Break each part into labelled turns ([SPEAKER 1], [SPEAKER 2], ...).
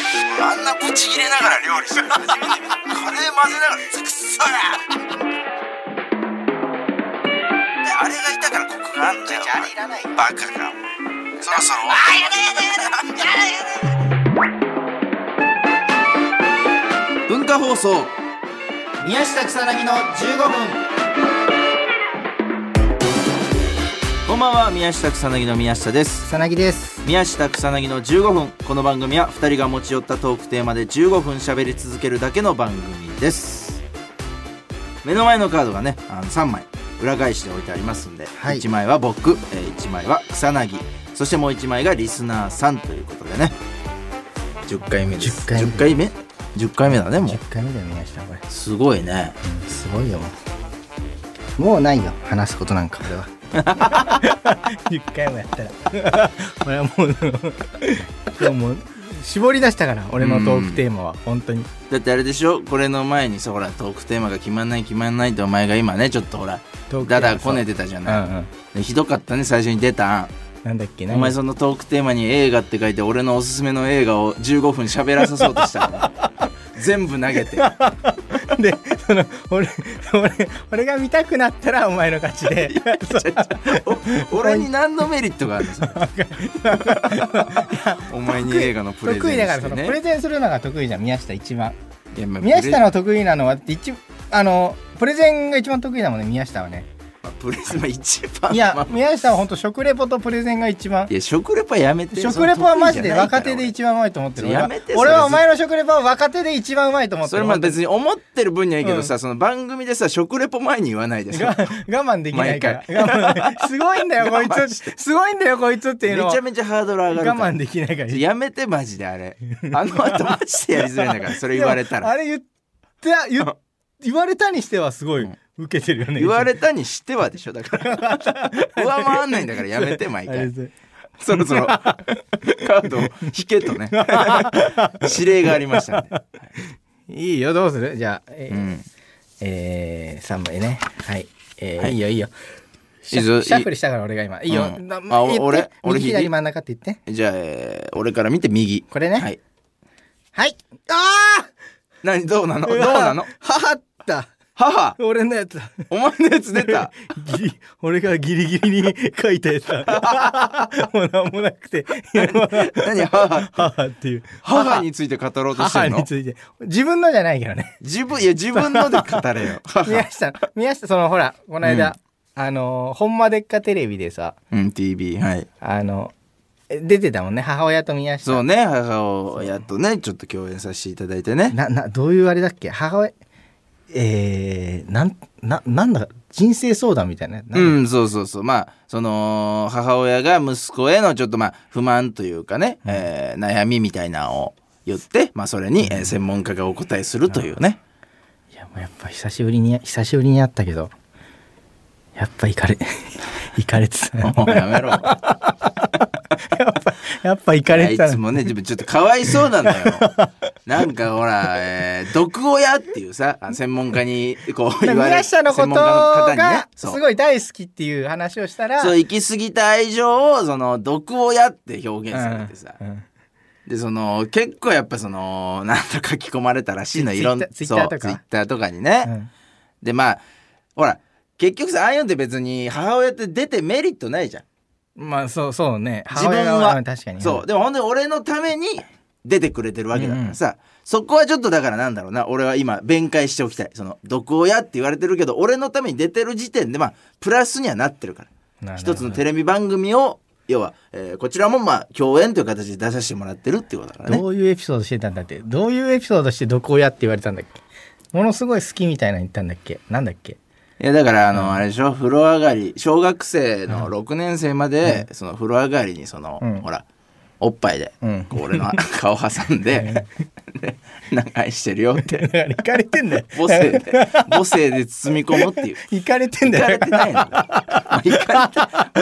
[SPEAKER 1] なブチ切れながら料理してる初めて見たカレー混ぜながらくっそやであれがいたからコクがあんだよ
[SPEAKER 2] じゃああれいらないよ
[SPEAKER 1] バカがそろそろ
[SPEAKER 2] あやだやだやだやだやだ
[SPEAKER 3] 文化放送
[SPEAKER 4] 宮下草薙の15分
[SPEAKER 3] こんばんは宮下草薙の宮下です
[SPEAKER 4] 草薙です
[SPEAKER 3] 宮下草薙の15分この番組は2人が持ち寄ったトークテーマで15分喋り続けるだけの番組です目の前のカードがねあの3枚裏返して置いてありますんで、
[SPEAKER 4] はい
[SPEAKER 3] 1枚は僕、えー1枚は草薙そしてもう1枚がリスナーさんということでね10回目です
[SPEAKER 4] 10回目
[SPEAKER 3] 10回目10回目だねもう
[SPEAKER 4] 10回目だよ宮下これ
[SPEAKER 3] すごいね
[SPEAKER 4] すごいよもうないよ話すことなんか俺は 10回もやったら 俺はもう今日もう絞り出したから俺のトークテーマは本当に
[SPEAKER 3] だってあれでしょこれの前にさほらトークテーマが決まんない決まんないってお前が今ねちょっとほら
[SPEAKER 4] トークテーマ
[SPEAKER 3] だだこねてたじゃ
[SPEAKER 4] う
[SPEAKER 3] ない、
[SPEAKER 4] んうん
[SPEAKER 3] でひどかったね最初に出た案
[SPEAKER 4] なんだっけ
[SPEAKER 3] お前
[SPEAKER 4] 何
[SPEAKER 3] そのトークテーマに映画って書いて俺のおすすめの映画を15分喋らさそうとし たから全部投げて
[SPEAKER 4] でその俺俺俺が見たくなったらお前の勝ちで
[SPEAKER 3] お俺に何のメリットがあるのそれお前に映画のプレゼン
[SPEAKER 4] 得意だから
[SPEAKER 3] し
[SPEAKER 4] そ
[SPEAKER 3] て
[SPEAKER 4] の
[SPEAKER 3] ね
[SPEAKER 4] プレゼンするのが得意じゃん宮下一番
[SPEAKER 3] いやまあ
[SPEAKER 4] 宮
[SPEAKER 3] プレ
[SPEAKER 4] 下の得意なのは一あのプレゼンが一番得意だもんね宮下はね
[SPEAKER 3] まあプレゼンは一番
[SPEAKER 4] い
[SPEAKER 3] まあ
[SPEAKER 4] や宮下は本当食レポとプレゼンが一番
[SPEAKER 3] いや食レポはやめて
[SPEAKER 4] 食レポはマジで
[SPEAKER 3] その得意じゃないから
[SPEAKER 4] 若手で一番うまいと思ってる俺は
[SPEAKER 3] やめて
[SPEAKER 4] 俺は
[SPEAKER 3] それ
[SPEAKER 4] お前の食レポは若手で一番うまいと思って
[SPEAKER 3] そ
[SPEAKER 4] る
[SPEAKER 3] れまあ別に思ってる分にはいいけどさ、その番組でさ食レポ前に言わないで
[SPEAKER 4] が
[SPEAKER 3] さ
[SPEAKER 4] 我慢できないから我慢すごいんだよこい
[SPEAKER 3] 我慢
[SPEAKER 4] つすごいんだよこいつってい
[SPEAKER 3] め
[SPEAKER 4] うのは
[SPEAKER 3] ちゃめちゃハードル上がる
[SPEAKER 4] 我
[SPEAKER 3] から
[SPEAKER 4] 慢できないから
[SPEAKER 3] やめてマジであれあの後マジでやりづらいんだからそれ言われた
[SPEAKER 4] でもあ
[SPEAKER 3] ら
[SPEAKER 4] れ言った言っ言われたにしてはすごい
[SPEAKER 3] ん
[SPEAKER 4] 受けてるよね
[SPEAKER 3] 言われたにしてはでしょだから上回んないんだからやめて毎
[SPEAKER 4] あれ
[SPEAKER 3] 回
[SPEAKER 4] で
[SPEAKER 3] そろそろカードを引けとね指令がありましたんで、
[SPEAKER 4] いいよどうするじゃあ、えー
[SPEAKER 3] うん、
[SPEAKER 4] えー、3枚ねはい、えー
[SPEAKER 3] はい
[SPEAKER 4] い、いよいいよシ
[SPEAKER 3] いいぞ
[SPEAKER 4] ャシャッフルしたから俺が今いいよ、
[SPEAKER 3] うん
[SPEAKER 4] な
[SPEAKER 3] あ
[SPEAKER 4] 言って
[SPEAKER 3] 俺俺
[SPEAKER 4] 右
[SPEAKER 3] 左
[SPEAKER 4] 左真ん中って言って
[SPEAKER 3] じゃあ、えー俺から見て右
[SPEAKER 4] これね
[SPEAKER 3] はい
[SPEAKER 4] はいあ
[SPEAKER 3] 何どうなの
[SPEAKER 4] あ
[SPEAKER 3] どうなの
[SPEAKER 4] 母った
[SPEAKER 3] 母
[SPEAKER 4] 俺のやつだ
[SPEAKER 3] お前のやつ 出た
[SPEAKER 4] ギリ俺がギリギリに書いたやつ だもうなんもなくていやまあ
[SPEAKER 3] 何母
[SPEAKER 4] 母っていう
[SPEAKER 3] 母について語ろうとして
[SPEAKER 4] 母
[SPEAKER 3] るの
[SPEAKER 4] について自分のじゃないけどね
[SPEAKER 3] 自分いや自分ので語れ よ
[SPEAKER 4] 宮下宮下そのほらこの間、あの「ほんまでっかテレビ」でさ
[SPEAKER 3] うん TV はい
[SPEAKER 4] あのえ出てたもんね母親と宮下
[SPEAKER 3] そうね母親とねちょっと共演させていただいてね
[SPEAKER 4] ななどういうあれだっけ母親えー、なんななんだ人生相談みたいなやつな
[SPEAKER 3] うん
[SPEAKER 4] だ
[SPEAKER 3] んそうそうそうまあその母親が息子へのちょっとまあ不満というかね、えー悩みみたいなのを言って、まあ、それに、えー専門家がお答えするというね
[SPEAKER 4] いやもうやっぱ久しぶりに久しぶりに会ったけどやっぱいかれ いかれてたな
[SPEAKER 3] もうやめろ
[SPEAKER 4] やっぱいかれ
[SPEAKER 3] あ
[SPEAKER 4] て
[SPEAKER 3] い
[SPEAKER 4] た
[SPEAKER 3] つ
[SPEAKER 4] な
[SPEAKER 3] もね自分ちょっとかわいそうな んだよなんかほら、えー毒親っていうさあ専門家にこう言われ
[SPEAKER 4] 宮下のこと
[SPEAKER 3] 専門家の方にね
[SPEAKER 4] がす
[SPEAKER 3] そう
[SPEAKER 4] ごい大好きっていう話をしたら
[SPEAKER 3] そう行き過ぎた愛情をその毒親って表現されてさ、
[SPEAKER 4] うんうん
[SPEAKER 3] でその結構やっぱそのなんと書き込まれたらしいの
[SPEAKER 4] ツイ
[SPEAKER 3] いろんな
[SPEAKER 4] ツイッターとか
[SPEAKER 3] ツイッターとかにね、
[SPEAKER 4] うん
[SPEAKER 3] でまあほら結局さああいうのって別に母親って出てメリットないじゃん
[SPEAKER 4] まあそうそうね
[SPEAKER 3] 自分
[SPEAKER 4] 母親
[SPEAKER 3] は
[SPEAKER 4] うん確かに
[SPEAKER 3] そうでもほんで俺のために出てくれてるわけだからさ、そこはちょっとだからなんだろうな俺は今弁解しておきたいその毒親って言われてるけど俺のために出てる時点でまあプラスにはなってるから
[SPEAKER 4] なるほど
[SPEAKER 3] 一つのテレビ番組を要は、えーこちらもまあ共演という形で出させてもらってるっていうことだからね
[SPEAKER 4] どういうエピソードしてたんだってどういうエピソードしてどこをやって言われたんだっけものすごい好きみたいなの言ったんだっけなんだっけ
[SPEAKER 3] いやだからあの、あれでしょ風呂上がり小学生の6年生まで、その風呂上がりにその、
[SPEAKER 4] うん
[SPEAKER 3] ほらおっぱいで、
[SPEAKER 4] うん
[SPEAKER 3] こう俺の顔挟んで「 でなんか愛してるよ」って
[SPEAKER 4] いかれてんだよ
[SPEAKER 3] 母性で母性で包み込むっていう。
[SPEAKER 4] いかれてん
[SPEAKER 3] 行
[SPEAKER 4] だ
[SPEAKER 3] かれ
[SPEAKER 4] よ
[SPEAKER 3] てないの行か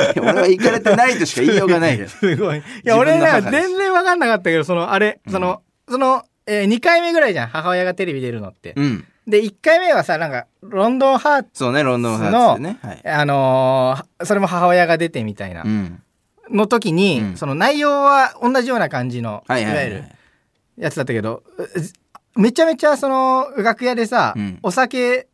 [SPEAKER 3] れて俺は行かれてないとしか言いよう がないよ
[SPEAKER 4] すごいい
[SPEAKER 3] 自
[SPEAKER 4] や
[SPEAKER 3] 分の
[SPEAKER 4] 俺
[SPEAKER 3] 母
[SPEAKER 4] ら
[SPEAKER 3] です
[SPEAKER 4] 全然分かんなかったけどそのあれその、その、えー、2回目ぐらいじゃん母親がテレビ出るのって、
[SPEAKER 3] うん
[SPEAKER 4] で1回目はさなんかロンドンハーツ
[SPEAKER 3] そうねロンドンハーツでねはい、
[SPEAKER 4] あのーそれも母親が出てみたいな、
[SPEAKER 3] うん、
[SPEAKER 4] の時に、
[SPEAKER 3] うん
[SPEAKER 4] その内容は同じような感じの、
[SPEAKER 3] はい
[SPEAKER 4] い
[SPEAKER 3] はいは
[SPEAKER 4] わ
[SPEAKER 3] い
[SPEAKER 4] ゆるやつだったけどうめちゃめちゃその楽屋でさ、
[SPEAKER 3] うん
[SPEAKER 4] お酒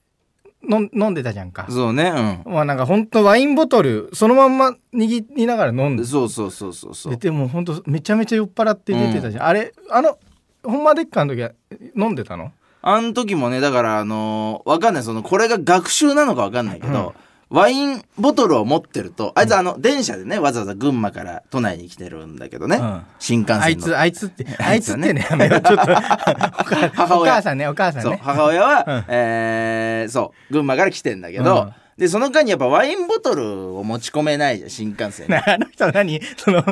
[SPEAKER 4] の飲んでたじゃんか
[SPEAKER 3] そうね
[SPEAKER 4] まあなんかほんとワインボトルそのまんま握りながら飲ん
[SPEAKER 3] う
[SPEAKER 4] で
[SPEAKER 3] んそうそうそうそうそう
[SPEAKER 4] 出てもうほんとめちゃめちゃ酔っ払って出てたじゃん、あれあのほんまでっかの時は飲んでたの
[SPEAKER 3] あの時もねだからあのーわかんないそのこれが学習なのかわかんないけど、ワインボトルを持ってるとあいつあの電車でねわざわざ群馬から都内に来てるんだけどね、
[SPEAKER 4] うん
[SPEAKER 3] 新幹線の
[SPEAKER 4] あいつあいつってあ
[SPEAKER 3] あ
[SPEAKER 4] い
[SPEAKER 3] い
[SPEAKER 4] つ
[SPEAKER 3] つ
[SPEAKER 4] っ
[SPEAKER 3] は
[SPEAKER 4] て
[SPEAKER 3] ね
[SPEAKER 4] ねやめろちょっとお母お
[SPEAKER 3] 母親
[SPEAKER 4] 母さんねお母さん
[SPEAKER 3] そう
[SPEAKER 4] ね
[SPEAKER 3] 母親は、
[SPEAKER 4] うん
[SPEAKER 3] えーそう群馬から来てんだけど、
[SPEAKER 4] うん
[SPEAKER 3] でその間にやっぱワインボトルを持ち込めないじゃん新幹線に
[SPEAKER 4] なあの人何その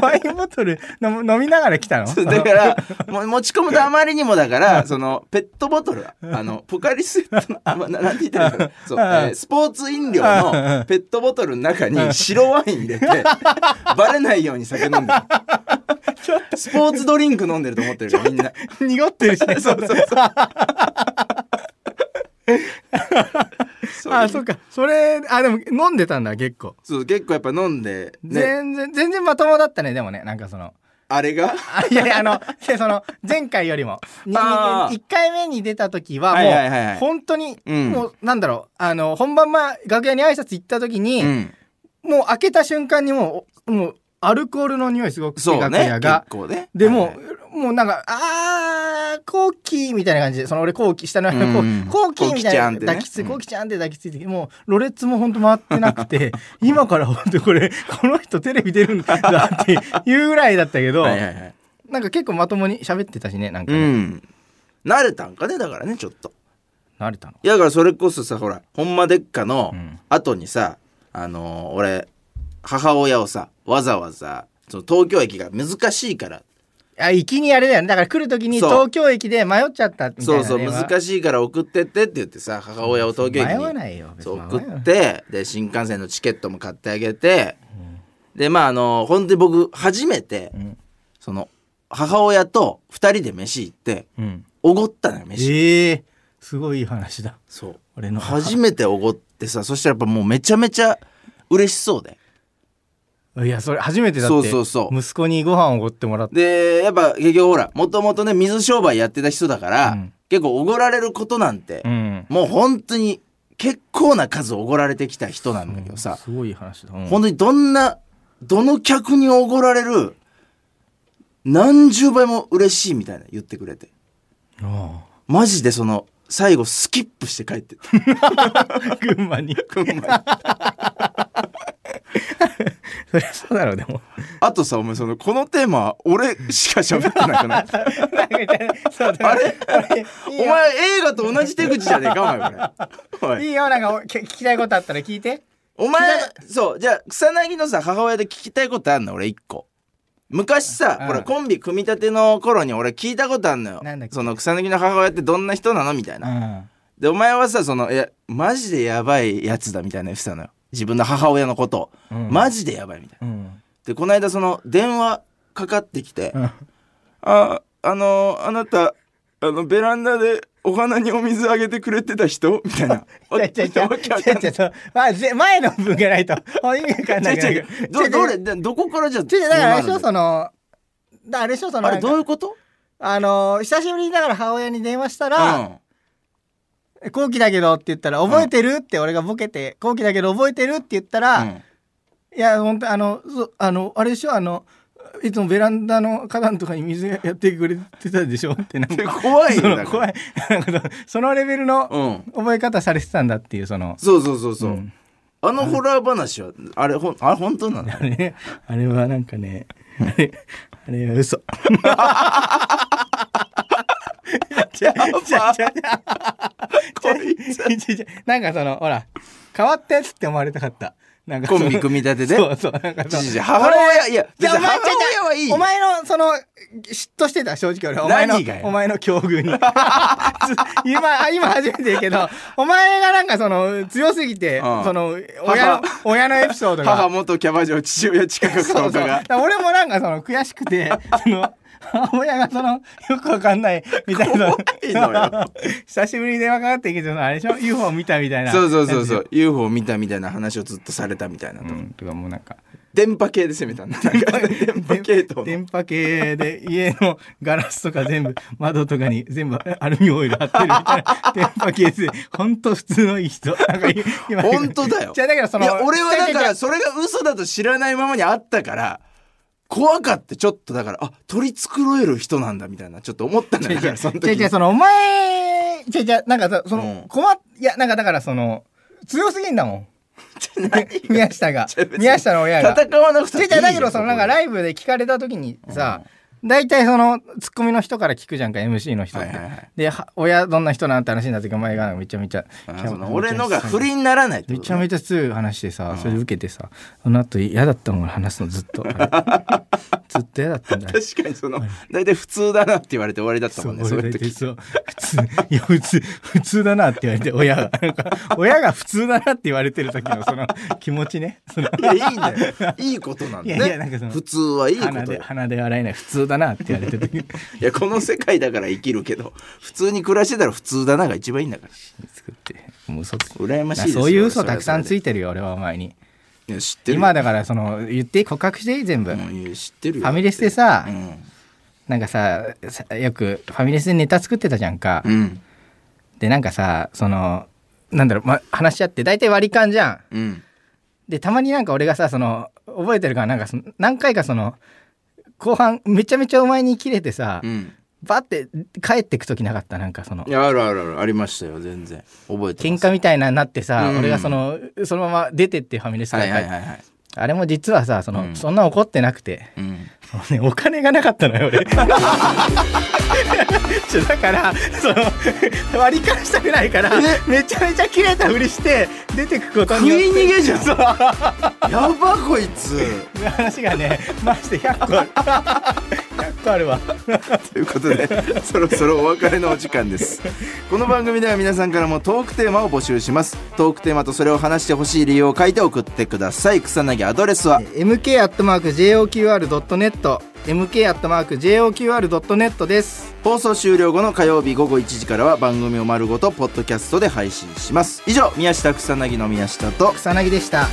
[SPEAKER 4] ワインボトル飲む飲みながら来たの
[SPEAKER 3] だからも持ち込むとあまりにもだからそのペットボトルあのポカリスエットのあまななんて言ったらい いんだろうそう、えースポーツ飲料のペットボトルの中に白ワイン 入れてバレないように酒飲んでるスポーツドリンク飲んでると思ってるからみんな
[SPEAKER 4] 濁ってるしね そうそうそう
[SPEAKER 3] そう
[SPEAKER 4] あそうかそれあでも飲んでたんだ結構
[SPEAKER 3] そう結構やっぱ飲んで、ね、
[SPEAKER 4] 全然全然まともだったねでもねなんかそ の
[SPEAKER 3] あれが
[SPEAKER 4] あいや いやあのでその前回よりも
[SPEAKER 3] あー
[SPEAKER 4] 1回目に出た時は
[SPEAKER 3] はいはいはいは
[SPEAKER 4] もう
[SPEAKER 3] い
[SPEAKER 4] 本当に
[SPEAKER 3] うん
[SPEAKER 4] もうなんだろうあの本番前楽屋に挨拶行った時に、
[SPEAKER 3] うん
[SPEAKER 4] もう開けた瞬間にもうおもうアルコールの匂いすごくて
[SPEAKER 3] そう
[SPEAKER 4] 楽
[SPEAKER 3] ね
[SPEAKER 4] 屋
[SPEAKER 3] 結
[SPEAKER 4] が。
[SPEAKER 3] 構ね
[SPEAKER 4] でもう、
[SPEAKER 3] はい
[SPEAKER 4] もうなんか、あー、コーキーみたいな感じで、その俺コーキー、下の名前コ
[SPEAKER 3] うん
[SPEAKER 4] ーコーキーみたいな、
[SPEAKER 3] コーキちゃんってね
[SPEAKER 4] 抱きつ、
[SPEAKER 3] うん
[SPEAKER 4] コーキちゃんって抱きついて、もう、ロレッツもほんと回ってなく て、今からほんとこれ、この人テレビ出るんだっていうぐらいだったけど、
[SPEAKER 3] はいはいはい
[SPEAKER 4] なんか結構まともに喋ってたしね、なんか
[SPEAKER 3] う
[SPEAKER 4] ね、
[SPEAKER 3] ん慣れたんかねだからねちょっと
[SPEAKER 4] 慣れたの。
[SPEAKER 3] いやだからそれこそさほら「ほんまでっか」の
[SPEAKER 4] うん
[SPEAKER 3] 後にさ、あのー俺母親をさわざわざその東京駅が難しいから
[SPEAKER 4] あ、行きにあれだよね。だから来る時に
[SPEAKER 3] そう
[SPEAKER 4] 東京駅で迷っちゃったみたいな、
[SPEAKER 3] そ
[SPEAKER 4] ね。
[SPEAKER 3] うそう難
[SPEAKER 4] し
[SPEAKER 3] しいから送ってってって言ってさ母親を東京駅
[SPEAKER 4] 迷わ
[SPEAKER 3] に
[SPEAKER 4] ないよ。別
[SPEAKER 3] そ
[SPEAKER 4] に
[SPEAKER 3] う
[SPEAKER 4] 迷わ
[SPEAKER 3] 送
[SPEAKER 4] ない
[SPEAKER 3] ってで新幹線のチケットも買ってあげて、でまああのー本当に僕初めて、
[SPEAKER 4] ん
[SPEAKER 3] その母親と2人で飯行って
[SPEAKER 4] うん。
[SPEAKER 3] おごったのよ飯、
[SPEAKER 4] ええすごいいい話だ。
[SPEAKER 3] そう
[SPEAKER 4] 俺の母
[SPEAKER 3] 初めておごってさそしたらやっぱもうめちゃめちゃ嬉しそうで
[SPEAKER 4] いやそれ初めてだって
[SPEAKER 3] そうそうそう
[SPEAKER 4] 息子にご飯をおごってもらって
[SPEAKER 3] でやっぱ結局ほらもともとね水商売やってた人だから、
[SPEAKER 4] うん
[SPEAKER 3] 結構おごられることなんて、
[SPEAKER 4] うん
[SPEAKER 3] もう本当に結構な数おごられてきた人なんだけどさ、
[SPEAKER 4] すごいいい話だ、うん
[SPEAKER 3] 本当にどんなどの客におごられる何十倍も嬉しいみたいな言ってくれて
[SPEAKER 4] あ
[SPEAKER 3] マジでその最後スキップして帰って った
[SPEAKER 4] あ群馬にそりゃそうだろうでも
[SPEAKER 3] あとさお前そのこのテーマ俺しか喋ってな くない
[SPEAKER 4] そうだ
[SPEAKER 3] あれ
[SPEAKER 4] お
[SPEAKER 3] お前映画と同じ手口じゃねえかお前これおい
[SPEAKER 4] いいよなんかお聞聞きたいことあったら聞いて
[SPEAKER 3] お前、そう、じゃあ、草薙のさ、母親で聞きたいことあんの俺一個。昔さ、
[SPEAKER 4] うん
[SPEAKER 3] ほら、コンビ組み立ての頃に俺聞いたことあんのよ
[SPEAKER 4] なんだっ。け
[SPEAKER 3] その草薙の母親ってどんな人なのみたいな。
[SPEAKER 4] ん
[SPEAKER 3] で、お前はさ、その、いや、マジでやばいやつだみたいな言ってたのよ。自分の母親のことを。
[SPEAKER 4] うん
[SPEAKER 3] マジでやばいみたいな。
[SPEAKER 4] うん
[SPEAKER 3] で、この間その、電話かかってきて、
[SPEAKER 4] うん
[SPEAKER 3] あ、あの、あなた、あの、ベランダでお花にお水あげてくれてた人みたいな。
[SPEAKER 4] ちょちょちょ
[SPEAKER 3] わけわかんない
[SPEAKER 4] ちょちょまあぜ前の分がないともう意味わかんな
[SPEAKER 3] 違
[SPEAKER 4] いう
[SPEAKER 3] 違う違うどどれどこからじゃあ
[SPEAKER 4] ちょちょだからあれでしょ
[SPEAKER 3] ど
[SPEAKER 4] そ
[SPEAKER 3] うなる
[SPEAKER 4] のだあれでしょそ
[SPEAKER 3] の
[SPEAKER 4] の
[SPEAKER 3] あれどう
[SPEAKER 4] なん
[SPEAKER 3] い
[SPEAKER 4] か
[SPEAKER 3] うこと
[SPEAKER 4] あの久しぶりにだから母親に電話したら、後期だけどって言ったら「覚えてる?」って俺がボケて「後期だけど覚えてる?」って言ったら「
[SPEAKER 3] うん
[SPEAKER 4] いや本当あのそあのあれでしょあのいつもベランダの花壇とかに水やってくれてたでしょ」ってなん
[SPEAKER 3] で
[SPEAKER 4] か
[SPEAKER 3] 怖いよ
[SPEAKER 4] その
[SPEAKER 3] だから
[SPEAKER 4] 怖いなんかそのそのレベルの
[SPEAKER 3] うん
[SPEAKER 4] 覚え方されてたんだっていうその。
[SPEAKER 3] そうそうそうそう、
[SPEAKER 4] うん
[SPEAKER 3] あのホラー話はあれほんあれ本 当なの
[SPEAKER 4] あれあれはなんかねあれあれは嘘 ちゃちゃちゃちゃち ゃちゃなんかそのほら変わったやつって思われたかったなんかそ
[SPEAKER 3] コ
[SPEAKER 4] の
[SPEAKER 3] ンビ組み立てで
[SPEAKER 4] そうそうなんかそ
[SPEAKER 3] ち
[SPEAKER 4] う
[SPEAKER 3] ょちょちょ母親いや
[SPEAKER 4] じ
[SPEAKER 3] 別
[SPEAKER 4] ゃあお前ちゃ
[SPEAKER 3] に母親はいい
[SPEAKER 4] ちゃお前のその嫉妬してた正直俺お前の
[SPEAKER 3] 何がよ
[SPEAKER 4] お前の境遇に 今今初めて言うけどお前がなんかその強すぎて、
[SPEAKER 3] うん
[SPEAKER 4] その親の親のエピソードが
[SPEAKER 3] 母元キャバ嬢父親近く
[SPEAKER 4] そうそ
[SPEAKER 3] の
[SPEAKER 4] う。だ
[SPEAKER 3] が
[SPEAKER 4] から俺もなんかその悔しくて、その、母親がその、よくわかんないみたいな。
[SPEAKER 3] いのよ
[SPEAKER 4] 久しぶりに電話かかってきて、そのあれでしょ ?UFO 見たみたいな。。
[SPEAKER 3] そうそうそうそうう UFO 見たみたいな話をずっとされたみたいなと、
[SPEAKER 4] うん、とかもうなんか、
[SPEAKER 3] 電波系で攻めたんだなんか電波系と
[SPEAKER 4] 電波系で家のガラスとか全部窓とかに全部アルミホイル貼ってるみたいな電波系で本当普通のいい人なんか今
[SPEAKER 3] 本当だよ
[SPEAKER 4] じゃあだからその
[SPEAKER 3] いや俺はだか
[SPEAKER 4] じゃあ
[SPEAKER 3] らそれが嘘だと知らないままにあったから怖かってちょっとだからあ取り繕える人なんだみたいなちょっと思ったんだからそ
[SPEAKER 4] じゃ
[SPEAKER 3] の
[SPEAKER 4] あ
[SPEAKER 3] 時
[SPEAKER 4] じゃあ
[SPEAKER 3] に
[SPEAKER 4] そのお前じゃあじゃあなんかさその
[SPEAKER 3] うん
[SPEAKER 4] 困っいやなんかだからその強すぎんだもん 宮下が
[SPEAKER 3] いや別に
[SPEAKER 4] 宮下の親が
[SPEAKER 3] 戦わなくて
[SPEAKER 4] 違う
[SPEAKER 3] も
[SPEAKER 4] 違うだけどそのなんか
[SPEAKER 3] イ
[SPEAKER 4] ライブで聞かれた時にさ、大体そのツッコミの人から聞くじゃんか MC の人って、
[SPEAKER 3] はいはいはい
[SPEAKER 4] では親どんな人なんて話になってお前がめちゃめちゃ
[SPEAKER 3] 俺のが不倫にならないって
[SPEAKER 4] め
[SPEAKER 3] こ
[SPEAKER 4] ち
[SPEAKER 3] と
[SPEAKER 4] ゃ
[SPEAKER 3] ね
[SPEAKER 4] めちゃ強い話でさ、それで受けてさその後嫌だったもん話すのずっ とずっと嫌だったんだよ
[SPEAKER 3] 確かにその大体普通だなって言われて終わりだったもんねそういう
[SPEAKER 4] 俺大体
[SPEAKER 3] 時
[SPEAKER 4] そう普通いや普通普通だなって言われて親 がなんか親が普通だなって言われてる時のその気持ちねその
[SPEAKER 3] いやいいんだよいいことなんだ
[SPEAKER 4] いやいやなんかそ
[SPEAKER 3] ね
[SPEAKER 4] の
[SPEAKER 3] 普通はいいこ
[SPEAKER 4] 鼻
[SPEAKER 3] と
[SPEAKER 4] で
[SPEAKER 3] よ
[SPEAKER 4] 鼻で笑えない普通だなって言われてる時
[SPEAKER 3] いやこの世界だから生きるけど普通に暮らしてたら普通だなが一番いいんだから
[SPEAKER 4] 作ってもう嘘つ
[SPEAKER 3] 羨ましいですよ
[SPEAKER 4] そういう嘘たくさんつ
[SPEAKER 3] い
[SPEAKER 4] いてるよ俺はお前に
[SPEAKER 3] いや知ってるよ
[SPEAKER 4] 今だからその言っていい告白していい全部、フ
[SPEAKER 3] うんいや知ってるよ
[SPEAKER 4] ァミレスでさ、
[SPEAKER 3] うん
[SPEAKER 4] なんかささよくファミレスでネタ作ってたじゃんか、
[SPEAKER 3] うん
[SPEAKER 4] でなんかさそのなんだろう、ま、話し合って大体割り勘じゃん
[SPEAKER 3] うん
[SPEAKER 4] でたまになんか俺がさその覚えてるからなんかその何回かその後半めちゃめちゃお前に切れてさ、
[SPEAKER 3] うん
[SPEAKER 4] バッて帰ってく時なかったなんかその
[SPEAKER 3] いやあるあるあるありましたよ全然覚えて
[SPEAKER 4] 喧
[SPEAKER 3] ます
[SPEAKER 4] 嘩みたいなのになってさ、
[SPEAKER 3] うん
[SPEAKER 4] 俺がそのそのまま出てってファミレスか
[SPEAKER 3] は
[SPEAKER 4] ら
[SPEAKER 3] い
[SPEAKER 4] 帰っ
[SPEAKER 3] は
[SPEAKER 4] て
[SPEAKER 3] いはいはい
[SPEAKER 4] あれも実はさその、
[SPEAKER 3] うん
[SPEAKER 4] そんな怒ってなくて、
[SPEAKER 3] うん
[SPEAKER 4] そのね、お金がなかったのよ俺 ちょだからその割り返したくないからめちゃめちゃ切れたふりして出てくことによって
[SPEAKER 3] 食い逃げじゃん
[SPEAKER 4] そう
[SPEAKER 3] やばこいつ
[SPEAKER 4] 話がねまして100個ある100個あるわ
[SPEAKER 3] ということでそろそろお別れのお時間ですこの番組では皆さんからもトークテーマを募集しますトークテーマとそれを話してほしい理由を書いて送ってください草薙アドレスは
[SPEAKER 4] mk.joqr.net mk.joqr.net です
[SPEAKER 3] 放送終了後の火曜日午後1時からは番組を丸ごとポッドキャストで配信します以上宮下草薙の宮下と
[SPEAKER 4] 草薙でした